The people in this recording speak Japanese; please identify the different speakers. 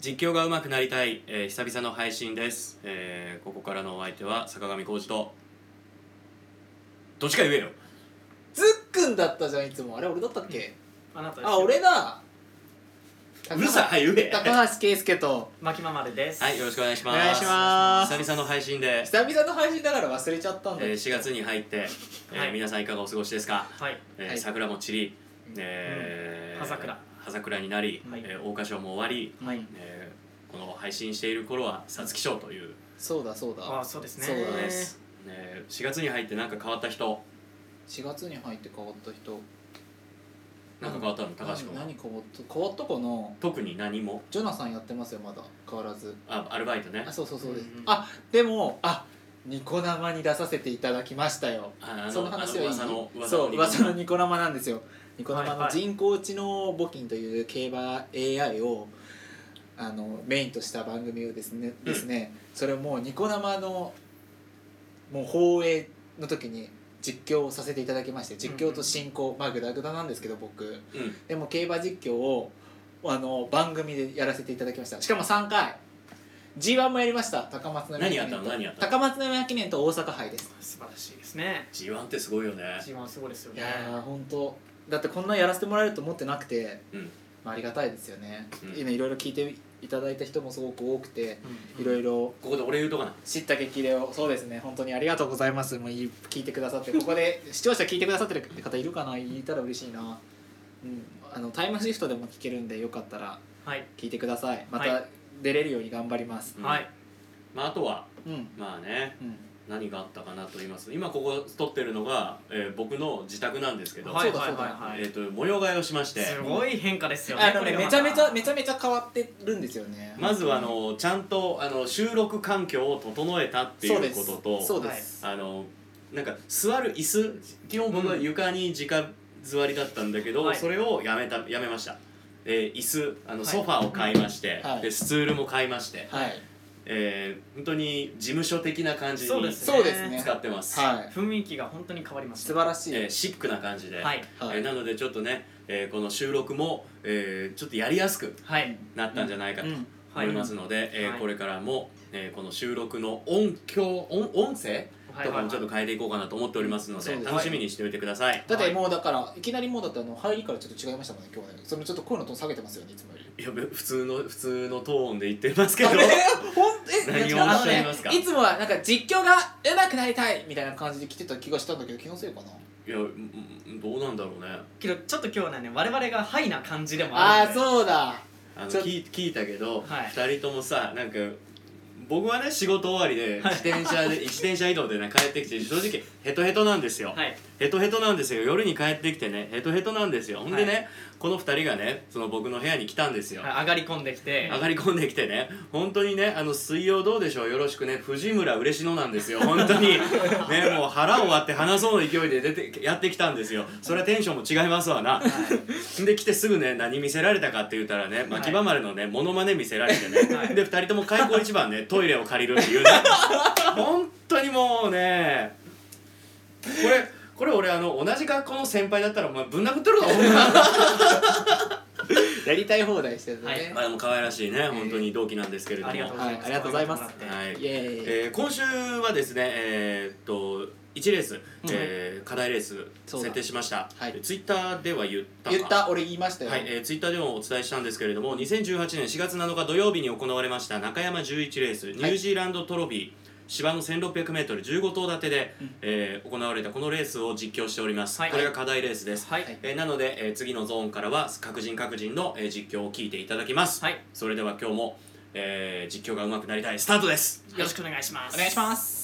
Speaker 1: 実況が上手くなりたい、えー久々の配信です、えーここからのお相手は坂上浩二とどっちか言えよ
Speaker 2: ずっくんだったじゃんいつもあれ俺だったっけ
Speaker 3: あなたですよ
Speaker 2: あ俺だ
Speaker 1: うるさいはい言えは
Speaker 2: 高橋圭介と
Speaker 3: 巻きままるです
Speaker 1: いよろしくお願いし
Speaker 2: お
Speaker 1: ます
Speaker 2: 願いします
Speaker 1: 久々の配信で、
Speaker 2: 久々の配信だから忘れちゃったんだ
Speaker 1: えー4月に入って、えー
Speaker 3: はい
Speaker 1: 皆さんいかがお過ごしですか、
Speaker 3: はい
Speaker 1: えー
Speaker 2: はい
Speaker 1: 桜も散り、えー
Speaker 3: うん葉桜
Speaker 1: 葉桜になり、
Speaker 3: はい
Speaker 1: えー桜花賞も終わり、
Speaker 2: はい
Speaker 1: えーこの配信している頃は皐月賞という
Speaker 2: そうだそうだ
Speaker 3: あそうですね
Speaker 2: そう
Speaker 1: こと
Speaker 2: だ
Speaker 1: で
Speaker 2: ね
Speaker 1: す、えー4月に入ってなんか変わった人
Speaker 2: 4月に入って変わった人
Speaker 1: なんか変わったの高橋君
Speaker 2: 何
Speaker 1: は
Speaker 2: 何変わった変わったかな
Speaker 1: 特に何も
Speaker 2: ジョナサンやってますよまだ変わらず
Speaker 1: あアルバイトね
Speaker 2: あそうそうそうです、
Speaker 3: うんうん
Speaker 2: あでもあニコ生に出させていただきましたよ
Speaker 1: ああ
Speaker 2: その
Speaker 1: あ
Speaker 2: 話はいい
Speaker 1: 噂の噂
Speaker 2: そう噂の
Speaker 1: の
Speaker 2: ニコ生なんですよニコ生
Speaker 3: はい
Speaker 2: の
Speaker 3: はい
Speaker 2: 人工知能募金という競馬 AI をあのメインとした番組をですね,、
Speaker 1: うん
Speaker 2: ですねそれをもうニコ生のもう放映の時に実況をさせていただきまして実況と進行、まあグダグダなんですけど僕
Speaker 1: うん
Speaker 2: でも競馬実況をあの番組でやらせていただきましたしかも3回 G1 もやりました高松宮
Speaker 1: 何
Speaker 2: 記
Speaker 1: やっ
Speaker 2: 念
Speaker 1: たの
Speaker 2: と
Speaker 1: 何やったの
Speaker 2: 高松宮記念と大阪杯です
Speaker 3: 素晴らしいですね
Speaker 1: G1 ってすごいよね
Speaker 3: 一番すごいですよ
Speaker 2: い
Speaker 3: ね
Speaker 2: やー本当だってこんなやらせてもらえると思ってなくて、
Speaker 1: うん
Speaker 2: まあ、ありがたいですよね、
Speaker 1: うん
Speaker 2: 今いろいろ聞いていただいた人もすごく多くて
Speaker 3: うん
Speaker 2: いろいろ
Speaker 1: ここで俺言うとかな
Speaker 2: 知った激励をそうですね本当にありがとうございますもうい聞いてくださってここで視聴者聞いてくださってる方いるかな言いたら嬉しいな、うん、あのタイムシフトでも聞けるんでよかったら
Speaker 3: はい
Speaker 2: 聞いてくださいま
Speaker 3: は
Speaker 2: た出れるように頑張ります、
Speaker 1: うん
Speaker 3: はい
Speaker 1: まああとは
Speaker 2: うん
Speaker 1: まあね
Speaker 2: うん
Speaker 1: 何があったかなと言いますと今ここ撮ってるのが、えー僕の自宅なんですけど、
Speaker 3: はい
Speaker 2: そうだ
Speaker 3: はい
Speaker 2: そうだ
Speaker 3: はい
Speaker 1: え
Speaker 3: は
Speaker 1: っ、と模様替えをしまして
Speaker 3: いすごい変化ですよね
Speaker 2: あのねめちゃめちゃめちゃめちゃ変わってるんですよね
Speaker 1: まずはあのちゃんとあの収録環境を整えたっていうことと
Speaker 2: そうです
Speaker 1: あのなんか座る椅子基本僕は床に直座りだったんだけど、
Speaker 3: はい
Speaker 1: それをやめたやめました、えー椅子あの、
Speaker 3: はい
Speaker 1: ソファーを買いまして、
Speaker 2: はい
Speaker 1: でスツールも買いまして、
Speaker 2: そうですはい
Speaker 1: えー本当に事務所的な感じ
Speaker 3: そう
Speaker 1: に
Speaker 3: です
Speaker 1: 使
Speaker 2: そうですね
Speaker 1: ってます、
Speaker 2: はい
Speaker 3: 雰囲気が本当に変わりました
Speaker 2: 素晴らしい、
Speaker 1: えーシックな感じで、
Speaker 3: はい
Speaker 2: は
Speaker 1: えー
Speaker 2: い
Speaker 1: なのでちょっとね、えーこの収録も、えーちょっとやりやすく
Speaker 3: はい
Speaker 1: なったんじゃないかと
Speaker 2: うん
Speaker 1: 思いますので、えー
Speaker 3: はい
Speaker 1: これからも、えーこの収録の音響音音声
Speaker 3: はい
Speaker 1: と
Speaker 3: は
Speaker 1: か
Speaker 3: い
Speaker 1: もちょっと変えていこうかなと思っておりますので,、
Speaker 2: そうです
Speaker 1: 楽しみにしておいてください、
Speaker 2: だってもうだからいきなりもうだってあの入りからちょっと違いましたもんね今日ねそのちょっと声のトーン下げてますよねいつもより
Speaker 1: い、やべ普通の普通のトーンで言ってますけど
Speaker 2: あれほんえ
Speaker 1: 何を
Speaker 2: いや
Speaker 1: おっしゃいますか
Speaker 2: あのねいつもはなんか実況が上手くなりたいみたいな感じで来てた気がしたんだけど気のせいかない
Speaker 1: やうんどうなんだろうね
Speaker 3: けどちょっと今日はね我々がハイな感じでもあ
Speaker 2: あ
Speaker 3: る
Speaker 2: あ
Speaker 3: ので
Speaker 2: そうだ
Speaker 1: あの
Speaker 2: ちょ
Speaker 1: 聞い聞いたけど、
Speaker 3: はい
Speaker 1: 二人ともさなんか僕はね仕事終わりで自転車で自転車移動でね帰ってきて正直ヘトヘトなんですよ、
Speaker 3: はい
Speaker 1: ヘトヘトなんですよ夜に帰ってきてねヘトヘトなんですよほんでね、この二人がねその僕の部屋に来たんですよ、
Speaker 3: はい上がり込んできて
Speaker 1: 上がり込んできてね本当にねあの水曜どうでしょうよろしくね藤村嬉野なんですよ本当にねもう腹を割って話そうの勢いで出てやってきたんですよそれはテンションも違いますわなで来てすぐね何見せられたかって言ったらね牧場丸のねモノマネ見せられてね、
Speaker 3: はい
Speaker 1: で2人とも開口一番 ねトイレを借りるっていうね本当にもうねこれこれ俺あの同じ学校の先輩だったらお前ぶん殴ってるぞほんま
Speaker 2: やりたい放題してるね、
Speaker 3: はい
Speaker 1: まあでも可愛らしいね本当に同期なんですけれども
Speaker 3: ありがとうございま
Speaker 2: はい
Speaker 3: す
Speaker 2: ありがとうございます
Speaker 1: はい
Speaker 2: イエーイ、
Speaker 1: えー今週はですねえーっと1レース、えー課題レース
Speaker 2: そうだ
Speaker 1: 設定しました、
Speaker 2: はい
Speaker 1: えツイッターでは言ったか
Speaker 2: 言った俺言いましたよ、
Speaker 1: はいえーツイッターでもお伝えしたんですけれども2018年4月7日土曜日に行われました中山11レースニュージーランドトロフィー、芝の 1600m15 頭立てで、
Speaker 2: うん
Speaker 1: えー行われたこのレースを実況しております、
Speaker 3: はい
Speaker 1: これが課題レースです、
Speaker 3: はい
Speaker 2: はい
Speaker 1: えーなので、えー次のゾーンからは各人各人の、えー実況を聞いていただきます、
Speaker 3: はい
Speaker 1: それでは今日も、えー実況が上手くなりたいスタートです
Speaker 3: よろしくお願いします
Speaker 2: お願いします